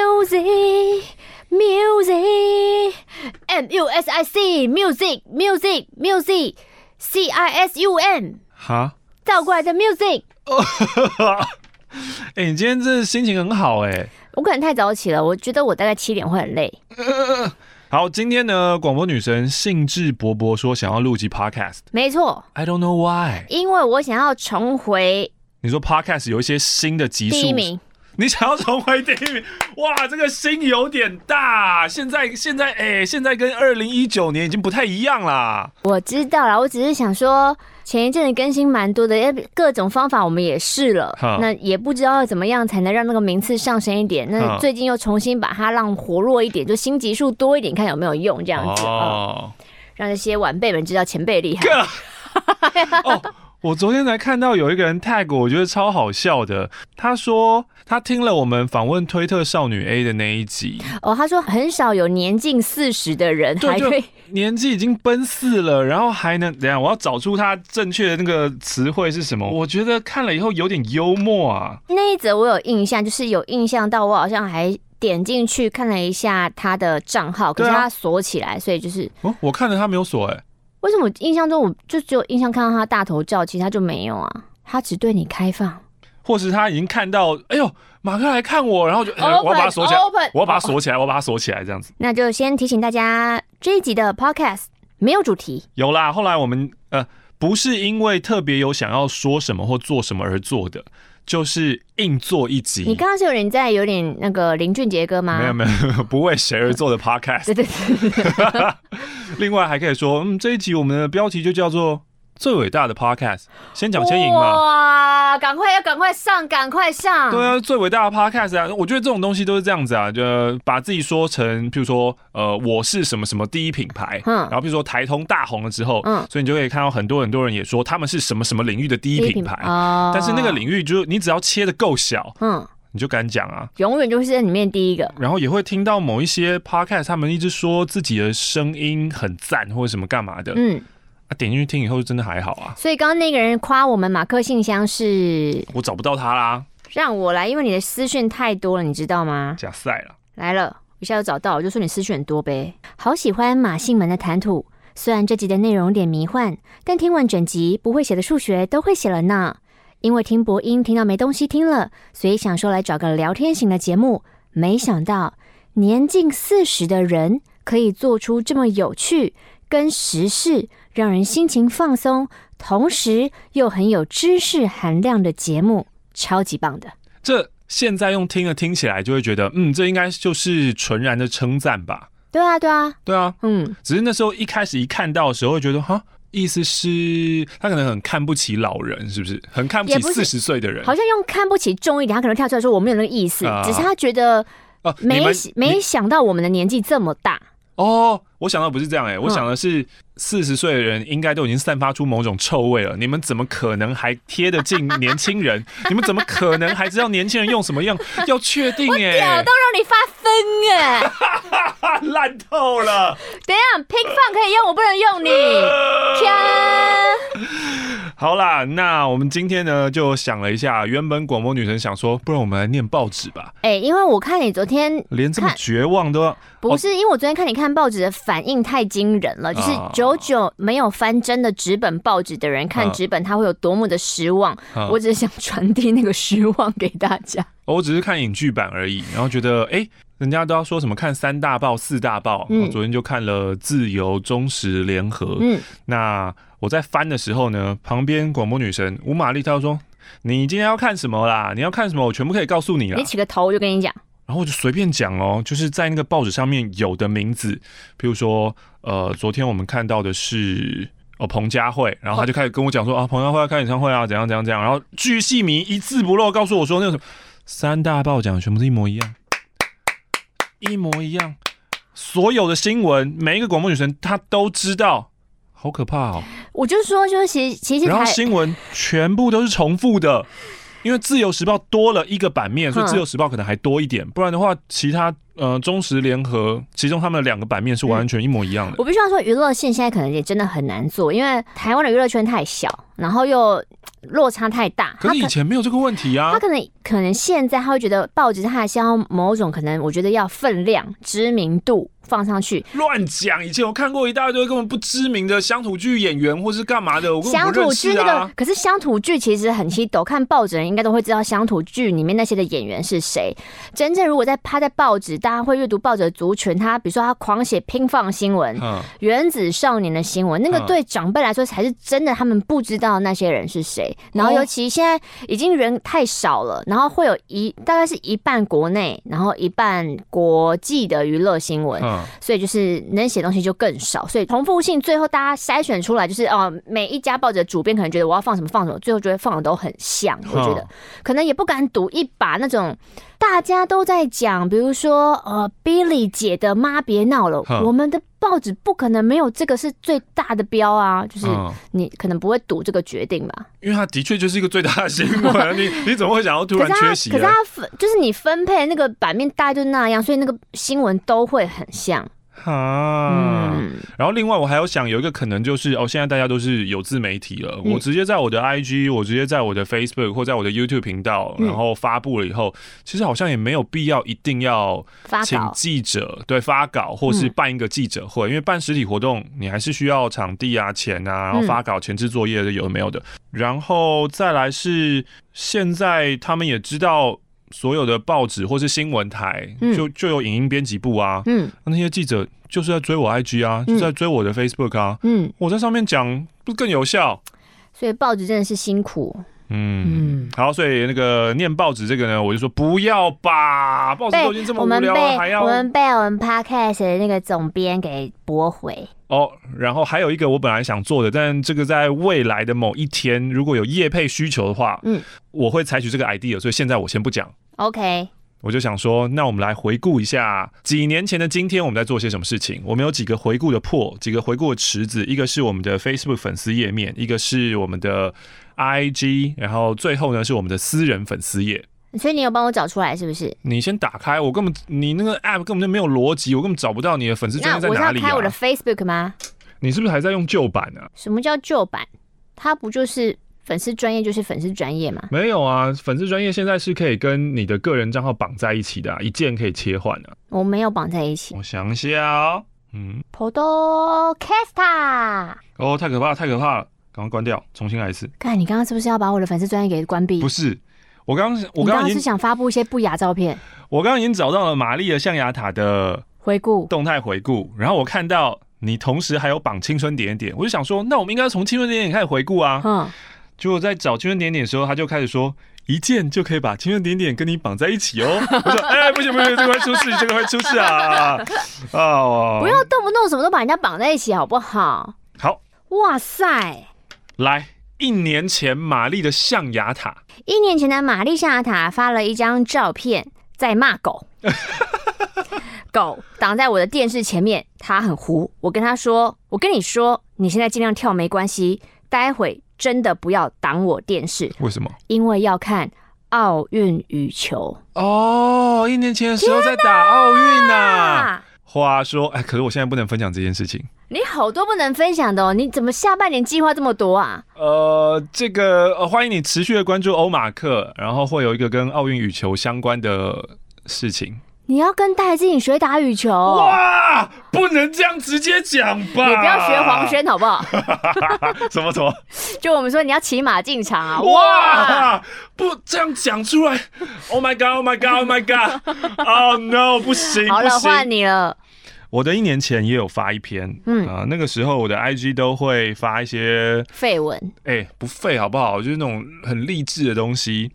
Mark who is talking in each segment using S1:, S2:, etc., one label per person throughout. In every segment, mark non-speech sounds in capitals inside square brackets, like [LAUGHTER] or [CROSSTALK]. S1: music music m u s i c music music music c i s u n
S2: 哈，
S1: 倒过来的 music。
S2: 哎、你今天这心情很好哎、
S1: 我可能太早起了，我觉得我大概七点会很累。
S2: 好，今天呢，广播女神兴致勃勃说想要录集 podcast。
S1: 没错，
S2: I don't know why。
S1: 因为我想要重回
S2: 你说 podcast 有一些新的集数，
S1: 第一名。
S2: 你想要重回第一名？哇，这个心有点大。现在现在哎、现在跟二零一九年已经不太一样啦。
S1: 我知道了，我只是想说，前一阵子更新蛮多的，要不各种方法我们也试了
S2: 哈，
S1: 那也不知道要怎么样才能让那个名次上升一点。
S2: 哈
S1: 那最近又重新把它让活络一点，就新级数多一点，看有没有用这样子，哦、
S2: 哦，
S1: 让这些晚辈们知道前辈厉害。
S2: 哦，我昨天才看到有一个人 tag 我，我觉得超好笑的。他说他听了我们访问推特少女 A 的那一集，
S1: 哦，他说很少有年近四十的人
S2: 对
S1: 还
S2: 就
S1: 可以，
S2: 年纪已经奔四了，然后还能等一下我要找出他正确的那个词汇是什么？我觉得看了以后有点幽默啊。
S1: [LAUGHS] 那一则我有印象，就是有印象到我好像还点进去看了一下他的账号，可是
S2: 对啊
S1: 他锁起来，所以就是
S2: 哦，我看了他没有锁哎、
S1: 为什么印象中我就只有印象看到他大头照，其他就没有啊？他只对你开放。
S2: 或是他已经看到，哎呦，马克来看我，然后就、呃
S1: Open，
S2: 我要把它锁起来
S1: open
S2: 我要把它锁起来，我要把它锁起来，这样子。
S1: 那就先提醒大家，这一集的 podcast 没有主题，
S2: 有啦，后来我们呃，不是因为特别有想要说什么或做什么而做的，就是硬做一集。
S1: 你刚刚是有点在有点那个林俊杰歌吗？
S2: 没有没有，不为谁而做的 podcast。
S1: 对对对，
S2: 另外还可以说，嗯，这一集我们的标题就叫做“最伟大的 podcast”，先讲先赢嘛。
S1: 哇，赶快要赶快上，赶快上！
S2: 对啊，最伟大的 podcast 啊，我觉得这种东西都是这样子啊，就把自己说成，譬如说，呃，我是什么什么第一品牌，
S1: 嗯
S2: 然后譬如说台通大红了之后，
S1: 嗯
S2: 所以你就可以看到很多很多人也说他们是什么什么领域的
S1: 第
S2: 第一
S1: 一
S2: 品牌，
S1: 哦
S2: 但是那个，领域就是你只要切的够小，
S1: 嗯，
S2: 你就敢讲啊。
S1: 永远就是在里面第一个。
S2: 然后也会听到某一些 podcast，他们一直说自己的声音很赞或者什么干嘛的，
S1: 嗯，
S2: 啊，点进去听以后就真的还好啊，
S1: 所以刚刚那个人夸我们马克信箱是
S2: 我找不到他啦，
S1: 让我来，因为你的私讯太多了，你知道吗？
S2: 假赛了。
S1: 来了，一下就找到，我就说你思绪很多呗。好喜欢马姓们的谈吐，虽然这集的内容有点迷幻，但听完整集不会写的数学都会写了呢。因为听播音听到没东西听了，所以想说来找个聊天型的节目，没想到年近四十的人可以做出这么有趣跟时事，让人心情放松，同时又很有知识含量的节目，超级棒的。
S2: 这现在用听了听起来就会觉得，嗯，这应该就是纯然的称赞吧？
S1: 对啊，对啊，
S2: 对啊，
S1: 嗯，
S2: 只是那时候一开始一看到的时候，会觉得哈，意思是他可能很看不起老人，是不是？很看不起
S1: 也不
S2: 四
S1: 是
S2: 十岁的人
S1: 好像用看不起重一点，他可能跳出来说我没有那个意思，
S2: 啊
S1: 只是他觉得
S2: 哦，你
S1: 没
S2: 们你
S1: 没想到我们的年纪这么大。
S2: 哦，我想到不是这样
S1: 嗯
S2: 哎、我想的是四十岁的人应该都已经散发出某种臭味了，你们怎么可能还贴得进年
S1: [LAUGHS]
S2: 轻人？你们怎么可能还知道年轻人用什么样？要确定哎、
S1: 屌都让你发疯哎！
S2: 啊 [LAUGHS] 烂透了。
S1: [LAUGHS] 等一下，Pink Fun 可以用，我不能用你。天，
S2: 好啦，那我们今天呢就想了一下，原本广播女神想说，不然我们来念报纸吧，
S1: 哎，因为我看你昨天
S2: 连这么
S1: 看
S2: 绝望哦都要。
S1: 不是，因为我昨天看你看报纸的反应太惊人了，就是
S2: 啊
S1: 久久没有翻真的纸本报纸的人看
S2: 啊
S1: 纸本，他会有多么的失望。
S2: 啊
S1: 我只是想传递那个失望给大家。
S2: 哦我只是看影剧版而已，然后觉得哎、诶人家都要说什么看三大报、四大报，
S1: 嗯
S2: 我昨天就看了《自由、忠实、联合》。
S1: 嗯，
S2: 那我在翻的时候呢，旁边广播女神吴玛丽她就说：“你今天要看什么啦？你要看什么？我全部可以告诉你啦
S1: 嗯你。起个头，我就跟你讲。”
S2: 然后我就随便讲哦，就是在那个报纸上面有的名字，比如说呃，昨天我们看到的是。哦，彭佳慧，然后他就开始跟我讲说啊，彭佳慧要开演唱会啊，怎样怎样怎样，然后巨细迷一字不漏告诉我说那个什么三大报奖全部是一模一样，一模一样，所有的新闻每一个广播女神她都知道，好可怕哦。
S1: 我就说，就是其实其实
S2: 然
S1: 台
S2: 后新闻全部都是重复的，因为《自由时报》多了一个版面，所以《
S1: 哼
S2: 自由时报》可能还多一点，不然的话，其他呃中时联合，其中他们两个版面是完全一模一样的。
S1: 我必须要说，娱乐线现在可能也真的很难做，因为台湾的娱乐圈太小，然后又嘖落差太大。
S2: 可
S1: 他
S2: 是以前没有这个问题啊
S1: 他，可能可能现在他会觉得报纸他还是要某种可能，我觉得要分量、知名度放上去。
S2: 乱讲！以前我看过一大堆根本不知名的乡土剧演员或是干嘛的，我根本
S1: 乡
S2: 不认
S1: 土剧
S2: 识
S1: 那个，
S2: 啊。
S1: 可是乡土剧其实很稀抖，看报纸人应该都会知道乡土剧里面那些的演员是谁。真正如果在他在报纸，大家会阅读报纸的族群，他比如说他狂写拼放新闻、
S2: 嗯，
S1: 原子少年的新闻，那个
S2: 嗯
S1: 对长辈来说才是真的，他们不知道那些人是谁。然后
S2: 哦
S1: 尤其现在已经人太少了，然后会有一大概是一半国内，然后一半国际的娱乐新闻。
S2: 嗯，
S1: 所以就是能写东西就更少，所以重复性最后大家筛选出来就是哦、每一家报纸的主编可能觉得我要放什么放什么，最后觉得放的都很像，我觉得
S2: 哦
S1: 可能也不敢赌一把那种大家都在讲，比如说呃，Billy 姐的妈别闹了，
S2: 哦
S1: 我们的报纸不可能没有这个是最大的标啊，就是
S2: 嗯
S1: 你可能不会赌这个决定吧。
S2: 因为它的确就是一个最大的新
S1: [LAUGHS]
S2: 闻啊，你你怎么会想要突
S1: 可
S2: 然
S1: 是他
S2: 缺席啊
S1: 可是
S2: 呢？
S1: 他分就是你分配那个版面大概就那样，所以那个新闻都会很像，
S2: 啊，
S1: 嗯
S2: 然后另外我还有想有一个可能就是哦，现在大家都是有自媒体了，
S1: 嗯
S2: 我直接在我的 IG，我直接在我的 Facebook 或在我的 YouTube 频道，
S1: 嗯
S2: 然后发布了以后，其实好像也没有必要一定要
S1: 发
S2: 请
S1: 稿。
S2: 记者对发稿，或
S1: 嗯
S2: 是办一个记者会，因为办实体活动你还是需要场地
S1: 嗯
S2: 啊、钱啊，然后发稿、前置作业的有的没有的。然后再来是现在他们也知道。所有的报纸或是新闻台，
S1: 嗯
S2: 就就有影音编辑部啊，
S1: 嗯
S2: 那些记者就是在追我 IG 啊，
S1: 嗯
S2: 就是在追我的 Facebook 啊，
S1: 嗯，
S2: 我在上面讲不是更有效？
S1: 所以报纸真的是辛苦。
S2: 嗯，好，所以那个念报纸这个呢，我就说不要吧，报纸
S1: 被
S2: 都已经这么
S1: 我
S2: 无
S1: 们
S2: 聊了，还
S1: 被
S2: 要
S1: 我们被我们 podcast 的那个总编给驳回。
S2: 哦。然后还有一个我本来想做的，但这个在未来的某一天，如果有业配需求的话，
S1: 嗯
S2: 嗯，我会采取这个 idea，所以现在我先不讲。
S1: OK，
S2: 我就想说，那我们来回顾一下几年前的今天，我们在做些什么事情。我们有几个回顾的破，几个回顾的池子，一个是我们的 Facebook 粉丝页面，一个是我们的 IG，然后最后呢是我们的私人粉丝页。
S1: 所以你有帮我找出来是不是？
S2: 你先打开，我根本你那个 App 根本就没有逻辑，我根本找不到你的粉丝专
S1: 那
S2: 页在
S1: 我是
S2: 哪
S1: 要
S2: 里
S1: 开我的
S2: 啊！
S1: Facebook 吗？
S2: 你是不是还在用旧版啊？
S1: 什么叫旧版？它不就是粉丝专业就是粉丝专业吗？
S2: 没有啊，粉丝专业现在是可以跟你的个人账号绑在一起的、啊，一键可以切换啊。
S1: 我没有绑在一起。
S2: 我想一下哦，嗯，
S1: Podcast，
S2: 哦，太可怕了，太可怕了，赶快关掉，重新来一次。
S1: 看你刚刚是不是要把我的粉丝专业给关闭
S2: 不？是，我刚我
S1: 你
S2: 刚
S1: 刚
S2: 刚
S1: 刚
S2: 已
S1: 是
S2: 经
S1: 想发布一些不雅照片？
S2: 我刚刚已经找到了玛丽的象牙塔的
S1: 回顾
S2: 动态回顾，然后我看到你同时还有绑青春点点，我就想说，那我们应该从青春点点开始回顾啊。
S1: 嗯，
S2: 结果在找青春点点的时候，他就开始说。一键就可以把青春点点跟你绑在一起哦！我说，哎、不行不行，这个会出事，这个会出事啊！啊，
S1: 不要动不动什么都把人家绑在一起好不好？
S2: 好，
S1: 哇塞！
S2: 来，一年前玛丽的象牙塔，
S1: 一年前的玛丽象牙塔发了一张照片，在骂狗。狗挡在我的电视前面，它很糊。我跟它说：“我跟你说，你现在尽量跳没关系，待会真的不要挡我电视，
S2: 为什么？
S1: 因为要看奥运羽球。
S2: 哦，一年前的时候在打奥运呐、
S1: 啊”
S2: 话说，哎，可是我现在不能分享这件事情。
S1: 你好多不能分享的哦，你怎么下半年计划这么多啊？
S2: 呃，这个呃，欢迎你持续的关注欧马克，然后会有一个跟奥运羽球相关的事情。
S1: 你要跟戴志颖学打羽球哦、
S2: 哇，不能这样直接讲吧？
S1: 你不要学黄，轩好不好？
S2: [LAUGHS]
S1: [LAUGHS]
S2: 什么什么？
S1: 就我们说你要骑马进场啊！哇
S2: 哇，不这样讲出来！Oh my god！Oh my god！Oh my god！Oh no！不行，
S1: 好
S2: 不
S1: 了，
S2: 行
S1: 换。你了。
S2: 我的一年前也有发一篇，
S1: 嗯
S2: 嗯啊、那个时候我的 IG 都会发一些
S1: 绯
S2: [LAUGHS]
S1: 闻，
S2: 哎、不废好不好？就是那种很励志的东西。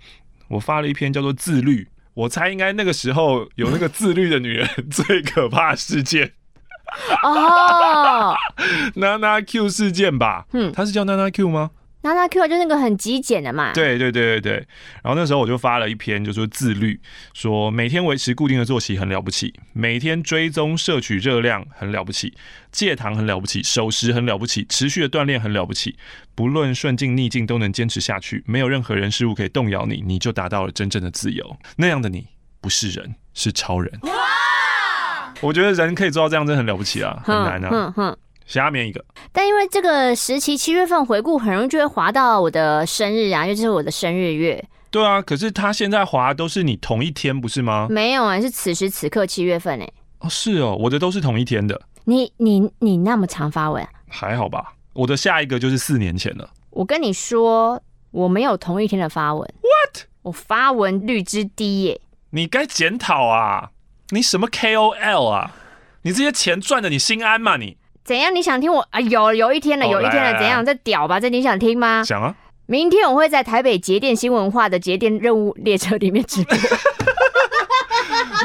S2: 我发了一篇叫做《自律》，我猜应该那个时候有那个自律的女人 [LAUGHS] 最可怕的事件，
S1: 哦，
S2: 娜娜 Q 事件吧？
S1: 嗯
S2: 嗯，她是叫娜娜 Q 吗？
S1: 娜娜 Q 就是那个很极简的嘛。，
S2: [LAUGHS] 对对对对对。然后那时候我就发了一篇，就说自律，说每天维持固定的作息很了不起，每天追踪摄取热量很了不起，戒糖很了不起，守时很了不起，持续的锻炼很了不起，不论顺境逆境都能坚持下去，没有任何人事物可以动摇你，你就达到了真正的自由。那样的你不是人，是超人。我觉得人可以做到这样，真的很了不起啊，很难啊。
S1: 哼哼。
S2: 下面一个，
S1: 但因为这个时期七月份回顾，很容易就会滑到我的生日啊，因为这是我的生日月。
S2: 对啊，可是他现在滑都是你同一天，不是吗？
S1: 没有啊，是此时此刻七月份哎、
S2: 哦，是哦，我的都是同一天的，
S1: 你你你那么常发文啊，
S2: 还好吧？我的下一个就是四年前了。
S1: 我跟你说，我没有同一天的发文。What？我发文率之低耶、
S2: 你该检讨啊！你什么 KOL 啊？你这些钱赚的你心安吗你？
S1: 怎样？你想听我啊？有有一天了，
S2: 哦
S1: 有一天
S2: 来
S1: 了，
S2: 来
S1: 怎样？
S2: 来
S1: 这屌吧，这你想听吗？
S2: 想啊，
S1: 明天我会在台北节电新文化的节电任务列车里面直播。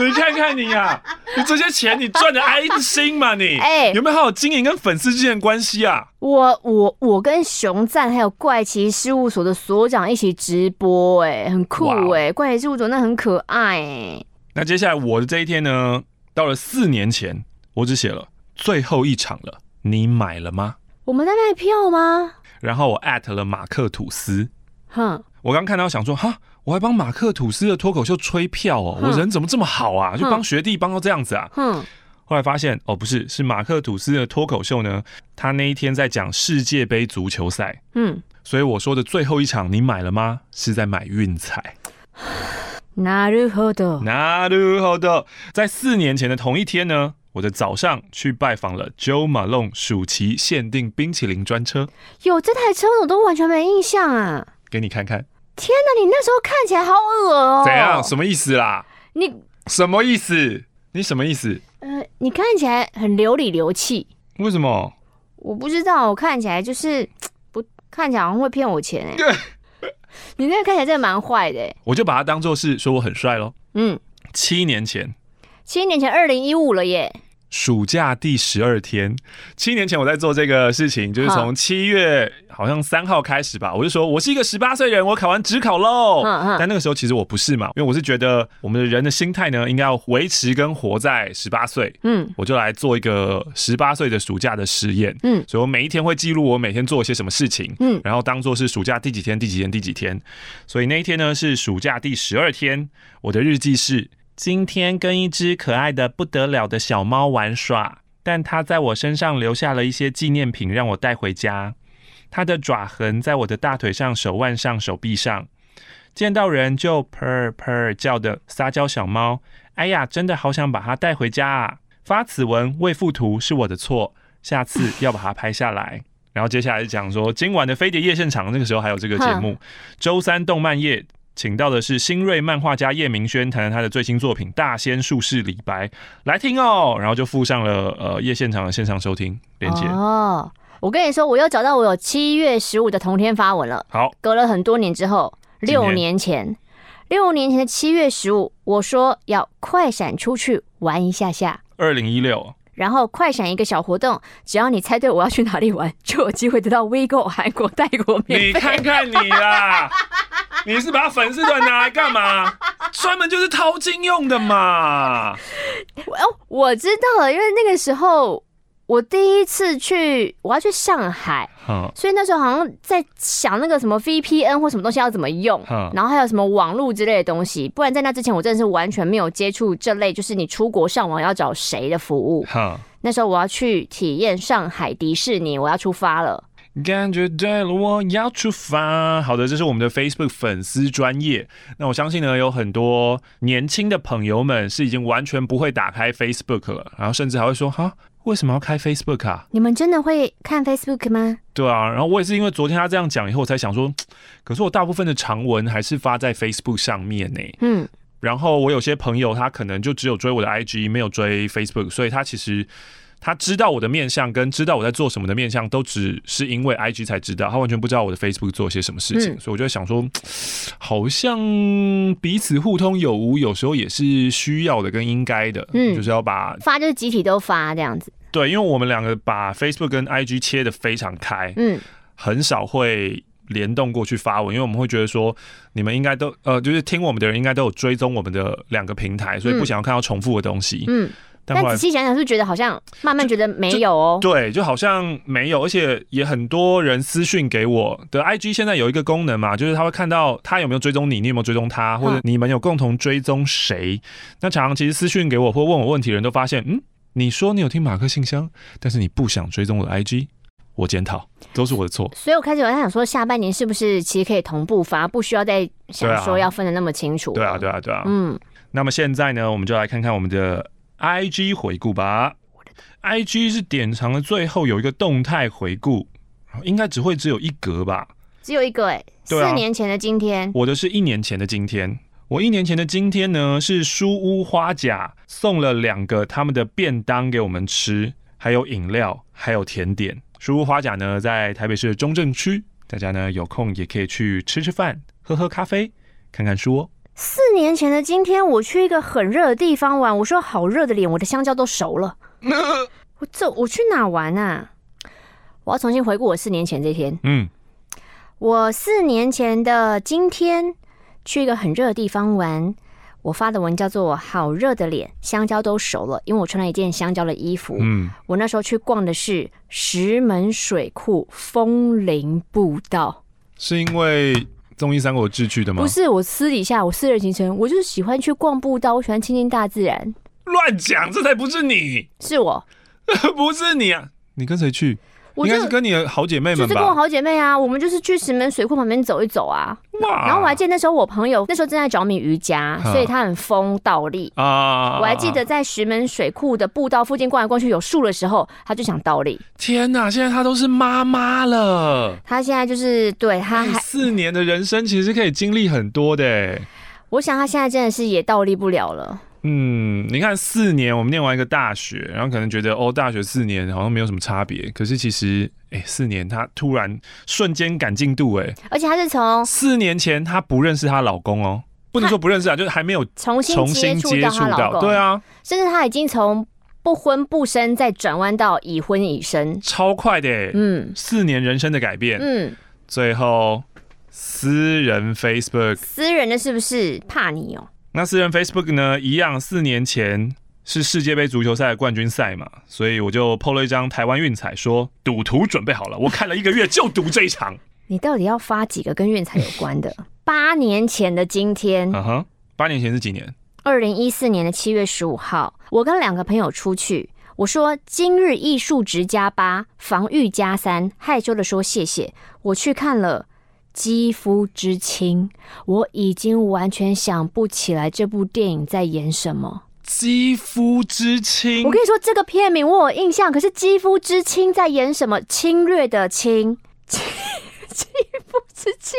S2: 你看看你啊，你这些钱你赚的安心吗你？
S1: 哎
S2: 有没有好好经营跟粉丝之间的关系啊？
S1: 我我我跟熊赞还有怪奇事务所的所长一起直播、哎，很酷
S2: 哇哦
S1: 哎、怪奇事务所那很可爱哎、
S2: 那接下来我的这一天呢，到了四年前，我只写了最后一场了，你买了吗？
S1: 我们在卖票吗？
S2: 然后我 at 了马克吐斯，
S1: 哼，
S2: 我刚看到想说哈，我还帮马克吐斯的脱口秀吹票哦，我
S1: 哼
S2: 人怎么这么好啊？就
S1: 哼
S2: 帮学弟帮到这样子啊？
S1: 哼，
S2: 后来发现哦，不是，是马克吐斯的脱口秀呢，他那一天在讲世界杯足球赛，
S1: 嗯，
S2: 所以我说的最后一场你买了吗？是在买运彩。
S1: なるほど。
S2: 那鲁好的，在四年前的同一天呢，我的早上去拜访了 Joe Malone 暑期限定冰淇淋专车，
S1: 有这台车我都完全没印象啊！
S2: 给你看看，
S1: 天哪，你那时候看起来好恶哦、
S2: 怎样？什么意思啦？
S1: 你
S2: 什么意思？你什么意思？
S1: 呃，你看起来很流里流气，
S2: 为什么？
S1: 我不知道，我看起来就是不看起来好像会骗我钱哎、
S2: [LAUGHS]
S1: 你那个看起来真的蛮坏的、欸，
S2: 我就把它当做是说我很帅咯。
S1: 嗯，
S2: 七年前，
S1: 七年前二零一五了耶，
S2: 暑假第十二天，七年前我在做这个事情，就是从七月好像三号开始吧，我就说我是一个十八岁人，我考完职考喽
S1: 嗯嗯。
S2: 但那个时候其实我不是嘛，因为我是觉得我们的人的心态呢，应该要维持跟活在十八岁。
S1: 嗯
S2: 我就来做一个十八岁的暑假的实验，
S1: 嗯
S2: 嗯，所以我每一天会记录我每天做些什么事情，
S1: 嗯
S2: 嗯，然后当做是暑假第几天、第几天、第几天。所以那一天呢是暑假第十二天，我的日记是：今天跟一只可爱的不得了的小猫玩耍，但它在我身上留下了一些纪念品，让我带回家。它的爪痕在我的大腿上、手腕上、手臂上。见到人就噗噗叫的撒娇小猫，哎呀，真的好想把它带回家啊！发此文未附图是我的错，下次要把它拍下来。然后接下来讲说今晚的飞碟夜现场，那个时候还有这个节目，周三动漫夜。请到的是新锐漫画家叶明轩，谈谈他的最新作品《大仙术士李白》，来听哦。然后就附上了呃夜现场的线上收听链接。
S1: 哦，我跟你说，我又找到我有七月十五的同天发文了。
S2: 好，
S1: 隔了很多年之后，
S2: 今年
S1: 六年前，六年前的七月十五，我说要快闪出去玩一下下，
S2: 二零一六，
S1: 然后快闪一个小活动，只要你猜对我要去哪里玩，就有机会得到 WeGo 韩国泰国
S2: 你
S1: 免费。
S2: 看看你啦，你是把粉丝团拿来干嘛？专门就是掏金用的嘛。
S1: 哦，我知道了，因为那个时候我第一次去，我要去上海，
S2: 嗯，
S1: 所以那时候好像在想那个什么 VPN 或什么东西要怎么用
S2: 嗯，
S1: 然后还有什么网络之类的东西。不然在那之前，我真的是完全没有接触这类，就是你出国上网要找谁的服务。
S2: 哈，
S1: 那时候我要去体验上海迪士尼，我要出发了。
S2: 感觉对了，我要出发。好的，这是我们的 Facebook 粉丝专业。那我相信呢，有很多年轻的朋友们是已经完全不会打开 Facebook 了，然后甚至还会说哈。为什么要开 Facebook 啊？
S1: 你们真的会看 Facebook 吗？
S2: 对啊，然后我也是因为昨天他这样讲以后，我才想说，可是我大部分的长文还是发在 Facebook 上面呢、
S1: 嗯，
S2: 然后我有些朋友他可能就只有追我的 IG，没有追 Facebook，所以他其实他知道我的面相跟知道我在做什么的面相，都只是因为 IG 才知道，他完全不知道我的 Facebook 做些什么事情，
S1: 嗯
S2: 所以我就在想说，好像彼此互通有无，有时候也是需要的跟应该的，
S1: 嗯
S2: 就是要把
S1: 发就是集体都发这样子。
S2: 对，因为我们两个把 Facebook 跟 IG 切的非常开，
S1: 嗯，
S2: 很少会联动过去发文，因为我们会觉得说，你们应该都呃，就是听我们的人应该都有追踪我们的两个平台，所以不想要看到重复的东西。
S1: 嗯
S2: 但
S1: 但
S2: 后来
S1: 仔细想想，是不是觉得好像慢慢觉得没有哦？
S2: 对，就好像没有，而且也很多人私讯给我的 IG 现在有一个功能嘛，就是他会看到他有没有追踪你，你有没有追踪他，或者你们有共同追踪谁。那常常其实私讯给我或问我问题的人都发现，嗯，你说你有听马克信箱，但是你不想追踪我的 IG，我检讨，都是我的错。
S1: 所以我开始有在想说，下半年是不是其实可以同步发，不需要再
S2: 对
S1: 想
S2: 啊
S1: 说要分的那么清楚、
S2: 对啊，对啊，对啊。
S1: 嗯，
S2: 那么现在呢，我们就来看看我们的 IG 回顾吧。IG 是典藏的最后有一个动态回顾，应该只会只有一格吧。
S1: 只有一个哎、四、
S2: 对啊
S1: 年前的今天，
S2: 我的是一年前的今天。我一年前的今天呢，是书屋花甲送了两个他们的便当给我们吃，还有饮料，还有甜点。书屋花甲呢，在台北市的中正区，大家呢有空也可以去吃吃饭，喝喝咖啡，看看书哦。
S1: 四年前的今天，我去一个很热的地方玩，我说好热的脸，我的香蕉都熟了。我这我去哪玩啊？我要重新回顾我四年前这天。
S2: 嗯，
S1: 我四年前的今天去一个很热的地方玩，我发的文叫做“好热的脸，香蕉都熟了”，因为我穿了一件香蕉的衣服。
S2: 嗯，
S1: 我那时候去逛的是石门水库枫林步道，
S2: 是因为综艺《三国志》去的吗
S1: 不？是我私底下我私人行程，我就是喜欢去逛步道，我喜欢亲近大自然，
S2: 乱讲，这才不是你， [LAUGHS]
S1: 是我。
S2: 不是你啊！你跟谁去？
S1: 我
S2: 应
S1: 就
S2: 该是跟你的好姐妹
S1: 就
S2: 们
S1: 是跟我
S2: 吧？
S1: 好姐妹啊，我们就是去石门水库旁边走一走啊。
S2: 哇
S1: 然后我还记得那时候我朋友那时候正在着迷瑜伽，
S2: 哈
S1: 所以他很疯倒立。
S2: 啊，
S1: 我还记得在石门水库的步道附近逛来逛去，有树的时候，他就想倒立。
S2: 天呐，现在她都是妈妈了。哎
S1: 他现在就是对他啊还，
S2: 四年的人生其实可以经历很多的欸。
S1: 我想他现在真的是也倒立不了了。
S2: 嗯，你看四年，我们念完一个大学，然后可能觉得哦，大学四年好像没有什么差别。可是其实，哎，四年她突然瞬间赶进度，哎，
S1: 而且他是从
S2: 四年前她不认识她老公哦，不能说不认识啊，就是还没有
S1: 重新
S2: 重
S1: 接
S2: 新
S1: 触
S2: 接
S1: 到
S2: 触
S1: 她老
S2: 到，
S1: 公，
S2: 对，啊，
S1: 甚至他已经从不婚不生再转弯到已婚已生。
S2: 超快的欸，
S1: 嗯
S2: 四年人生的改变。
S1: 嗯，
S2: 最后，私人 Facebook
S1: 私人的是不是怕你哦？
S2: 那私人 Facebook 呢，一样，四年前是世界杯足球赛的冠军赛嘛，所以我就 PO 了一张台湾运彩，说赌徒准备好了，我看了一个月就赌这一场。
S1: 你到底要发几个跟运彩有关的？八年前的今天，
S2: 嗯哼，八年前是几年？
S1: 二零一四年的七月十五号，我跟两个朋友出去，我说今日艺术值加八，防御加三，害羞的说谢谢。我去看了《肌肤之亲》，我已经完全想不起来这部电影在演什么。
S2: 肌肤之亲
S1: 我跟你说，这个片名我有印象，可是《肌肤之亲》在演什么？侵略的侵， [LAUGHS] 肌肌肤之亲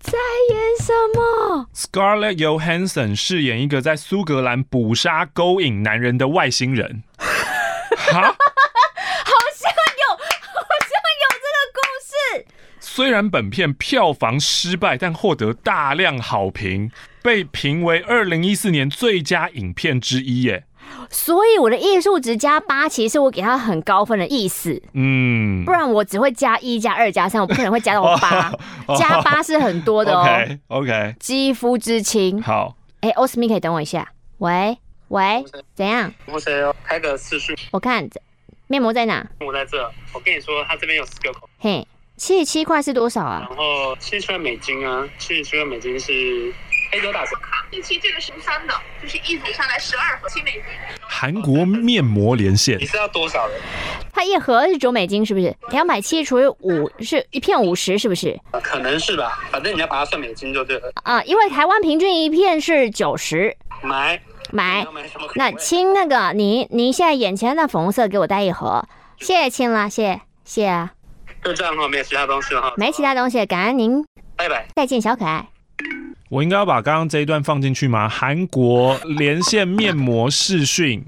S1: 在演什么？
S2: ，Scarlett Johansson 饰演一个在苏格兰捕杀勾引男人的外星
S1: [LAUGHS]
S2: 人。哈，
S1: 有这个故事。
S2: 虽然本片票房失败，但获得大量好评，被评为二零一四年最佳影片之一耶。
S1: 所以我的艺术值加八，其实是我给他很高分的意思，
S2: 嗯，
S1: 不然我只会加一、加二、加三，我不可能会加到
S2: [LAUGHS]
S1: 八。加八是很多的哦。
S2: OK OK，
S1: 肌肤之亲，
S2: 好，
S1: 哎，欧斯密可以等我一下。喂喂，怎样？
S3: 我谁哦？开个四十
S1: 我看面膜在哪？
S3: 五在这，我跟你说，它这边有四个口，
S1: 嘿，七十七块是多少啊
S3: 然？后七十块美金啊，七十块美金是黑多打折，
S4: 近期这个是三的，就是一组上来十二盒，七美金。
S2: 韩国面膜连线
S3: 你，是要多少人？
S1: 它一盒是九美金，是不是？两百七除以五是一片五十，是不是？
S3: 呃可能是吧，反正你要把它算美金就对了。
S1: 啊、因为台湾平均一片是九十，
S3: 买，你
S1: 买
S3: 要买什么口味？
S1: 那亲，那个您您现在眼前的粉红色给我带一盒，谢谢亲了，谢谢谢啊，
S3: 就这样哈，没有其他东西了哈。
S1: 没其他东西，感恩您，
S3: 拜拜。
S1: 再见，小可爱。
S2: 我应该要把刚刚这一段放进去吗？韩国连线面膜视讯，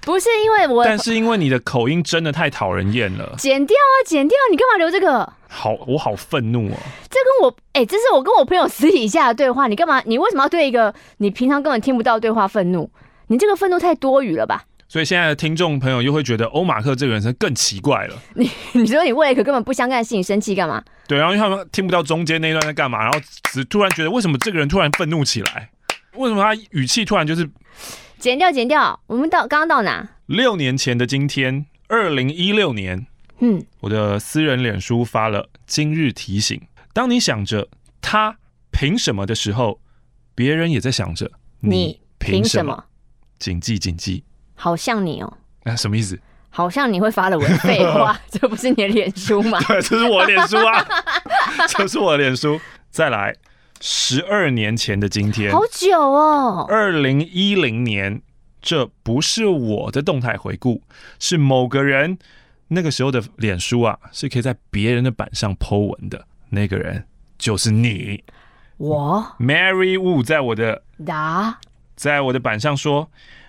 S1: 不是因为我
S2: 但是因为你的口音真的太讨人厌了，
S1: 剪掉啊，剪掉，你干嘛留这个？
S2: 好，我好愤怒哦。
S1: 这跟我哎、这是我跟我朋友私底下的对话，你干嘛？你为什么要对一个你平常根本听不到的对话愤怒？你这个愤怒太多余了吧？ [LAUGHS]
S2: 所以现在的听众朋友又会觉得欧马克这个人是更奇怪了，
S1: 你说你为了一个根本不相干的事情生气干嘛？
S2: 对，然后因为他们听不到中间那一段在干嘛，然后只突然觉得为什么这个人突然愤怒起来，为什么他语气突然就是
S1: 剪掉，剪掉。我们到刚刚到哪？
S2: 六年前的今天，二零一六年，
S1: 嗯，
S2: 我的私人脸书发了今日提醒：当你想着他凭什么的时候，别人也在想着你凭什么。？谨记谨记。
S1: 好像你哦，
S2: 啊，什么意思？ [LAUGHS]
S1: 好像你会发了文，废话，这不是你的脸书
S2: [LAUGHS]
S1: 吗？
S2: 对，这是我脸书啊， [LAUGHS] 这是我的脸书。再来，十二年前的今天，
S1: 好久哦，
S2: 二零一零年，这不是我的动态回顾，是某个人那个时候的脸书啊，是可以在别人的板上 Po 文的。那个人就是你
S1: 我
S2: ，Mary Wu，在我的
S1: 答
S2: 在我的板上说，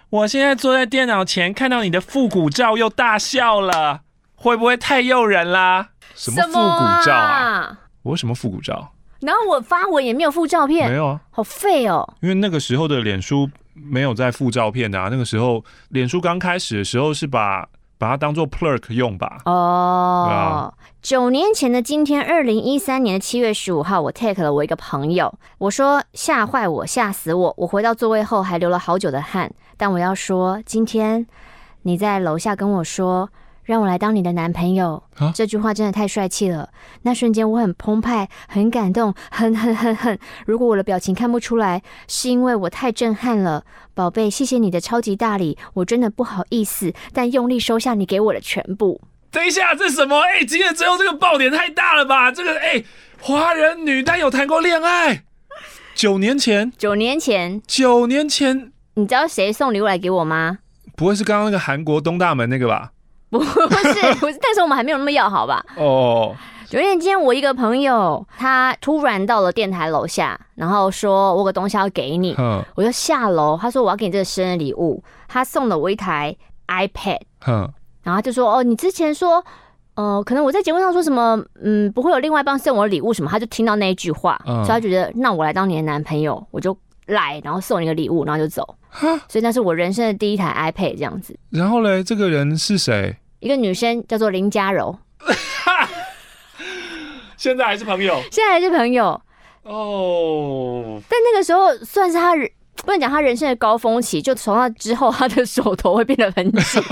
S2: 我现在坐在电脑前看到你的复古照又大笑了，会不会太诱人啦？什么复古照啊？我有什么复古照？啊
S1: 然后我发文也没有附照
S2: 没
S1: 片，
S2: 有啊，
S1: 好废哦。
S2: 因为那个时候的脸书没有在附照片的啊。那个时候脸书刚开始的时候是把把它当做 plurk 用吧。
S1: 哦，九年前的今天，二零一三年的七月十五号，我 take 了我一个朋友，我说吓坏我，吓死我！我回到座位后还流了好久的汗，但我要说，今天你在楼下跟我说。让我来当你的男朋友，
S2: 啊
S1: 这句话真的太帅气了。那瞬间我很澎湃，很感动，很很很很。如果我的表情看不出来，是因为我太震撼了。宝贝，谢谢你的超级大礼，我真的不好意思，但用力收下你给我的全部。
S2: 等一下，这是什么？哎、今天最后这个爆点太大了吧？这个哎，华、人女单有谈过恋爱？九年前，
S1: 九年前，
S2: 九年前，
S1: 你知道谁送礼物来给我吗？ [LAUGHS]
S2: 不会是刚刚那个韩国东大门那个吧？
S1: 不是，不是，但是我们还没有那么要好吧？
S2: 哦，
S1: 有一天，今天我一个朋友，他突然到了电台楼下，然后说我有个东西要给你，
S2: 哼
S1: 我就下楼，他说我要给你这个生日礼物，他送了我一台 iPad，
S2: 哼，
S1: 然后他就说哦，你之前说。呃，可能我在节目上说什么，嗯，不会有另外一半送我礼物什么，他就听到那一句话，
S2: 嗯
S1: 所以他觉得那我来当你的男朋友，我就来，然后送你个礼物，然后就走。所以那是我人生的第一台 iPad 这样子。
S2: 然后嘞，这个人是谁？
S1: 一个女生叫做林嘉柔，
S2: 现在还是朋友
S1: 现在还是朋友，
S2: 哦。
S1: 但那个时候算是她人，不能讲她人生的高峰期，就从那之后，她的手头会变得很
S2: [LAUGHS]
S1: 紧，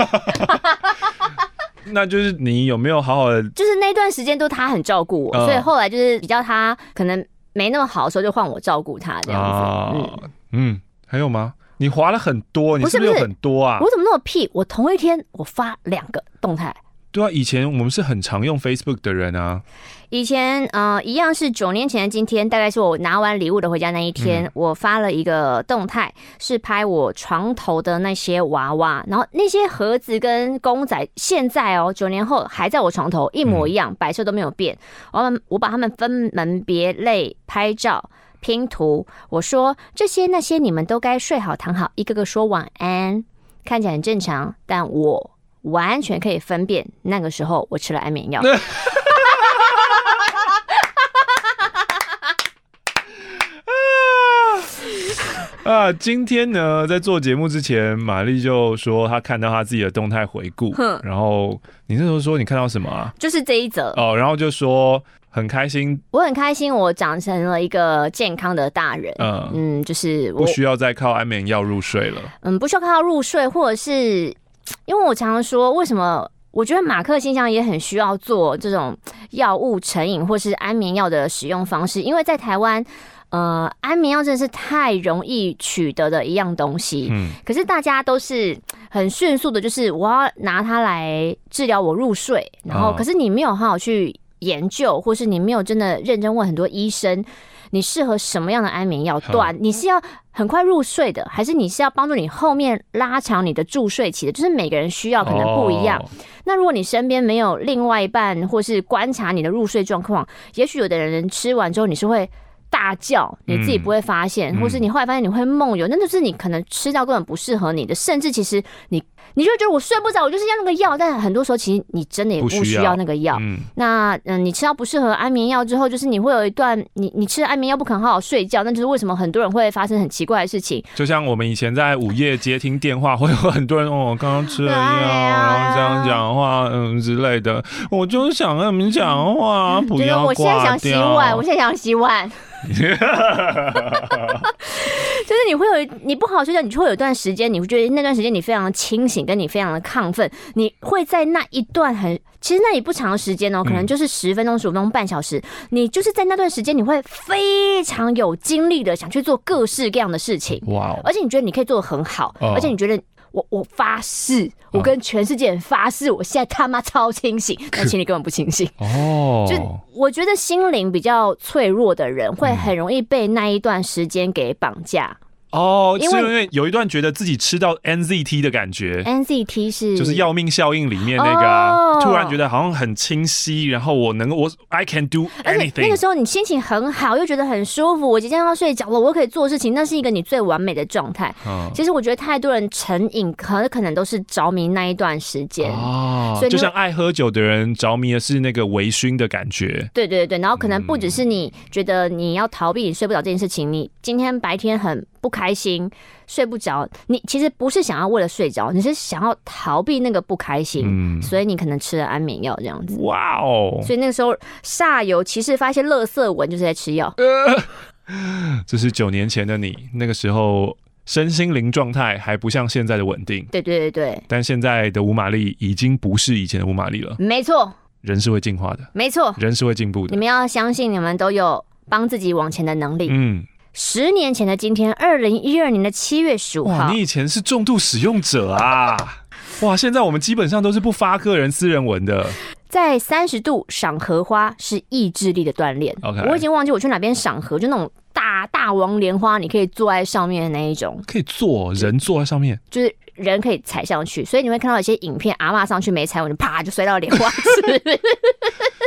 S2: 那就是你有没有好好的
S1: 就是那段时间都她很照顾我，
S2: 嗯
S1: 所以后来就是比较她可能没那么好的时候，就换我照顾她这样子。嗯，
S2: 啊，嗯，还有吗？你划了很多，你
S1: 不是
S2: 是不是有
S1: 不是
S2: 很多啊？
S1: 我怎么那么屁？我同一天我发两个动态。
S2: 对啊，以前我们是很常用 Facebook 的人啊。
S1: 以前呃，一样是九年前的今天，大概是我拿完礼物的回家那一天，我发了一个动态，是拍我床头的那些娃娃，然后那些盒子跟公仔，现在哦，九年后还在我床头一模一样，摆设都没有变。我把它们我把它们分门别类拍照。拼图，我说这些那些你们都该睡好躺好，一个个说晚安，看起来很正常，但我完全可以分辨那个时候我吃了安眠药。
S2: 啊，今天呢，在做节目之前，玛丽就说她看到她自己的动态回顾
S1: 哼，
S2: 然后你那时候说你看到什么啊？
S1: 就是这一则，
S2: 哦，然后就说很开心，
S1: 我很开心，我长成了一个健康的大人。
S2: 嗯
S1: 嗯，就是我
S2: 不需要再靠安眠药入睡了。
S1: 嗯不需要靠入睡，或者是因为我常常说，为什么我觉得马克信箱也很需要做这种药物成瘾或是安眠药的使用方式，因为在台湾，呃，安眠药真的是太容易取得的一样东西。
S2: 嗯，
S1: 可是大家都是很迅速的，就是我要拿它来治疗我入睡，然后
S2: 哦
S1: 可是你没有好好去研究，或是你没有真的认真问很多医生，你适合什么样的安眠药？
S2: 好
S1: 短，你是要很快入睡的，还是你是要帮助你后面拉长你的助睡期的？就是每个人需要可能不一样。
S2: 哦
S1: 那如果你身边没有另外一半，或是观察你的入睡状况，也许有的人吃完之后你是会大叫，你自己不会发现，
S2: 嗯
S1: 或是你后来发现你会梦游，那就是你可能吃到根本不适合你的，甚至其实你你就觉得我睡不着，我就是要那个药，但很多时候其实你真的也不
S2: 不需
S1: 需
S2: 要
S1: 要那个药。
S2: 嗯，
S1: 那嗯，你吃到不适合安眠药之后，就是你会有一段你你吃了安眠药不肯好好睡觉，那就是为什么很多人会发生很奇怪的事情。
S2: 就像我们以前在午夜接听电话，会有很多人哦，刚刚吃了药，
S1: 哎呀
S2: 然后这样讲话，嗯之类的。我就想跟你们讲话，
S1: 嗯
S2: 不
S1: 就是
S2: 要
S1: 我现在
S2: 挂
S1: [LAUGHS] 想洗
S2: 掉。
S1: 碗，我现在想洗碗。就是你会有你不好好睡觉，你就会有一段时间，你会觉得那段时间你非常的清醒，跟你非常的亢奋，你会在那一段很其实那也不长的时间哦，可
S2: 嗯
S1: 能就是十分钟、十五分钟、半小时，你就是在那段时间你会非常有精力的想去做各式各样的事情，
S2: 哇哦，
S1: 而且你觉得你可以做的很好，
S2: 哦
S1: 而且你觉得。我我发誓，我跟全世界人发誓，我现在他妈超清醒，但其实你根本不清醒。就
S2: 哦，嗯
S1: 我觉得心灵比较脆弱的人，会很容易被那一段时间给绑架。
S2: 哦，
S1: 因
S2: 是
S1: 为
S2: 因为有一段觉得自己吃到 NZT 的感觉。
S1: NCT 是
S2: 就是要命效应里面那个啊，
S1: 哦
S2: 突然觉得好像很清晰，然后我能我 I can do
S1: 而且那个
S2: anything，
S1: 时候你心情很好，又觉得很舒服，我即将要睡着了，我可以做事情，那是一个你最完美的状态。
S2: 嗯，
S1: 其实我觉得太多人成瘾，可可能都是着迷那一段时间。
S2: 哦
S1: 所以你
S2: 就像爱喝酒的人着迷的是那个微醺的感觉，
S1: 对对对，然后可能
S2: 嗯
S1: 不只是你觉得你要逃避你睡不着这件事情，你今天白天很不开心，睡不着，你其实不是想要为了睡着，你是想要逃避那个不开心，
S2: 嗯
S1: 所以你可能吃了安眠药这样子。
S2: 哇哦，
S1: 所以那个时候煞有其事发现垃圾文就是在吃药，
S2: 这是九年前的你，那个时候身心灵状态还不像现在的稳定，
S1: 对对对对，
S2: 但现在的吴玛丽已经不是以前的吴玛丽了，
S1: 没错
S2: 人是会进化的，
S1: 没错，
S2: 人是会进步
S1: 你
S2: 的，
S1: 们要相信你们都有帮自己往前的能力。
S2: 嗯，
S1: 十年前的今天，二零一二年的七月十五
S2: 哇，
S1: 号
S2: 你，以前是重度使用者啊，哇，现在我们基本上都是不发个人私人文的，
S1: 在三十度赏荷花是意志力的锻炼。
S2: OK
S1: 我已经忘记我去哪边赏荷，就那种大大王莲花，你可以坐在上面的那一种，
S2: 可以坐人坐在上面，
S1: 就是人可以踩上去，所以你会看到一些影片，阿嬷上去没踩稳，就啪就摔到莲花 [LAUGHS] 池。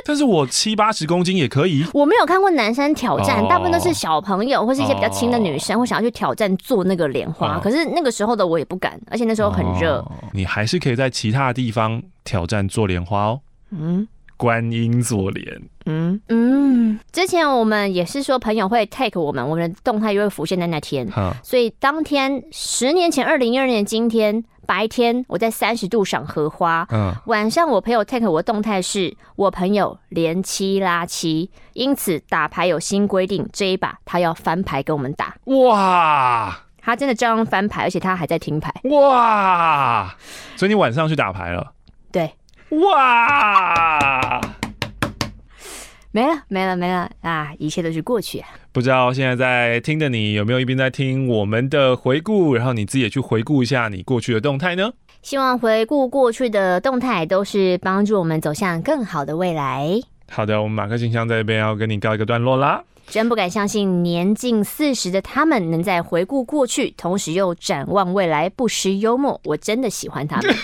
S2: 但是我七八十公斤也可以，
S1: 我没有看过男生挑战，
S2: [LAUGHS] 哦
S1: 大部分都是小朋友或是一些比较轻的女生会想要去挑战做那个莲花，
S2: 哦
S1: 可是那个时候的我也不敢，而且那时候很热，
S2: 哦你还是可以在其他地方挑战做莲花哦，
S1: 嗯。
S2: 观音坐莲，
S1: 嗯嗯，之前我们也是说朋友会 take 我们，我们的动态就会浮现在那天，
S2: 哈。
S1: 所以当天十年前，二零一二年今天白天我在三十度赏荷花，
S2: 嗯，
S1: 晚上我朋友 take 我动态是我朋友连七拉七，因此打牌有新规定，这一把他要翻牌跟我们打，
S2: 哇
S1: 他真的照样翻牌，而且他还在听牌，
S2: 哇！所以你晚上去打牌了？
S1: 对，
S2: 哇！
S1: 没了没了没了啊，一切都是过去啊、
S2: 不知道现在在听的你有没有一边在听我们的回顾，然后你自己也去回顾一下你过去的动态呢？
S1: 希望回顾过去的动态，都是帮助我们走向更好的未来。
S2: 好的，我们马克信箱在这边要跟你告一个段落啦。
S1: 真不敢相信，年近四十的他们能在回顾过去，同时又展望未来，不失幽默。我真的喜欢他们。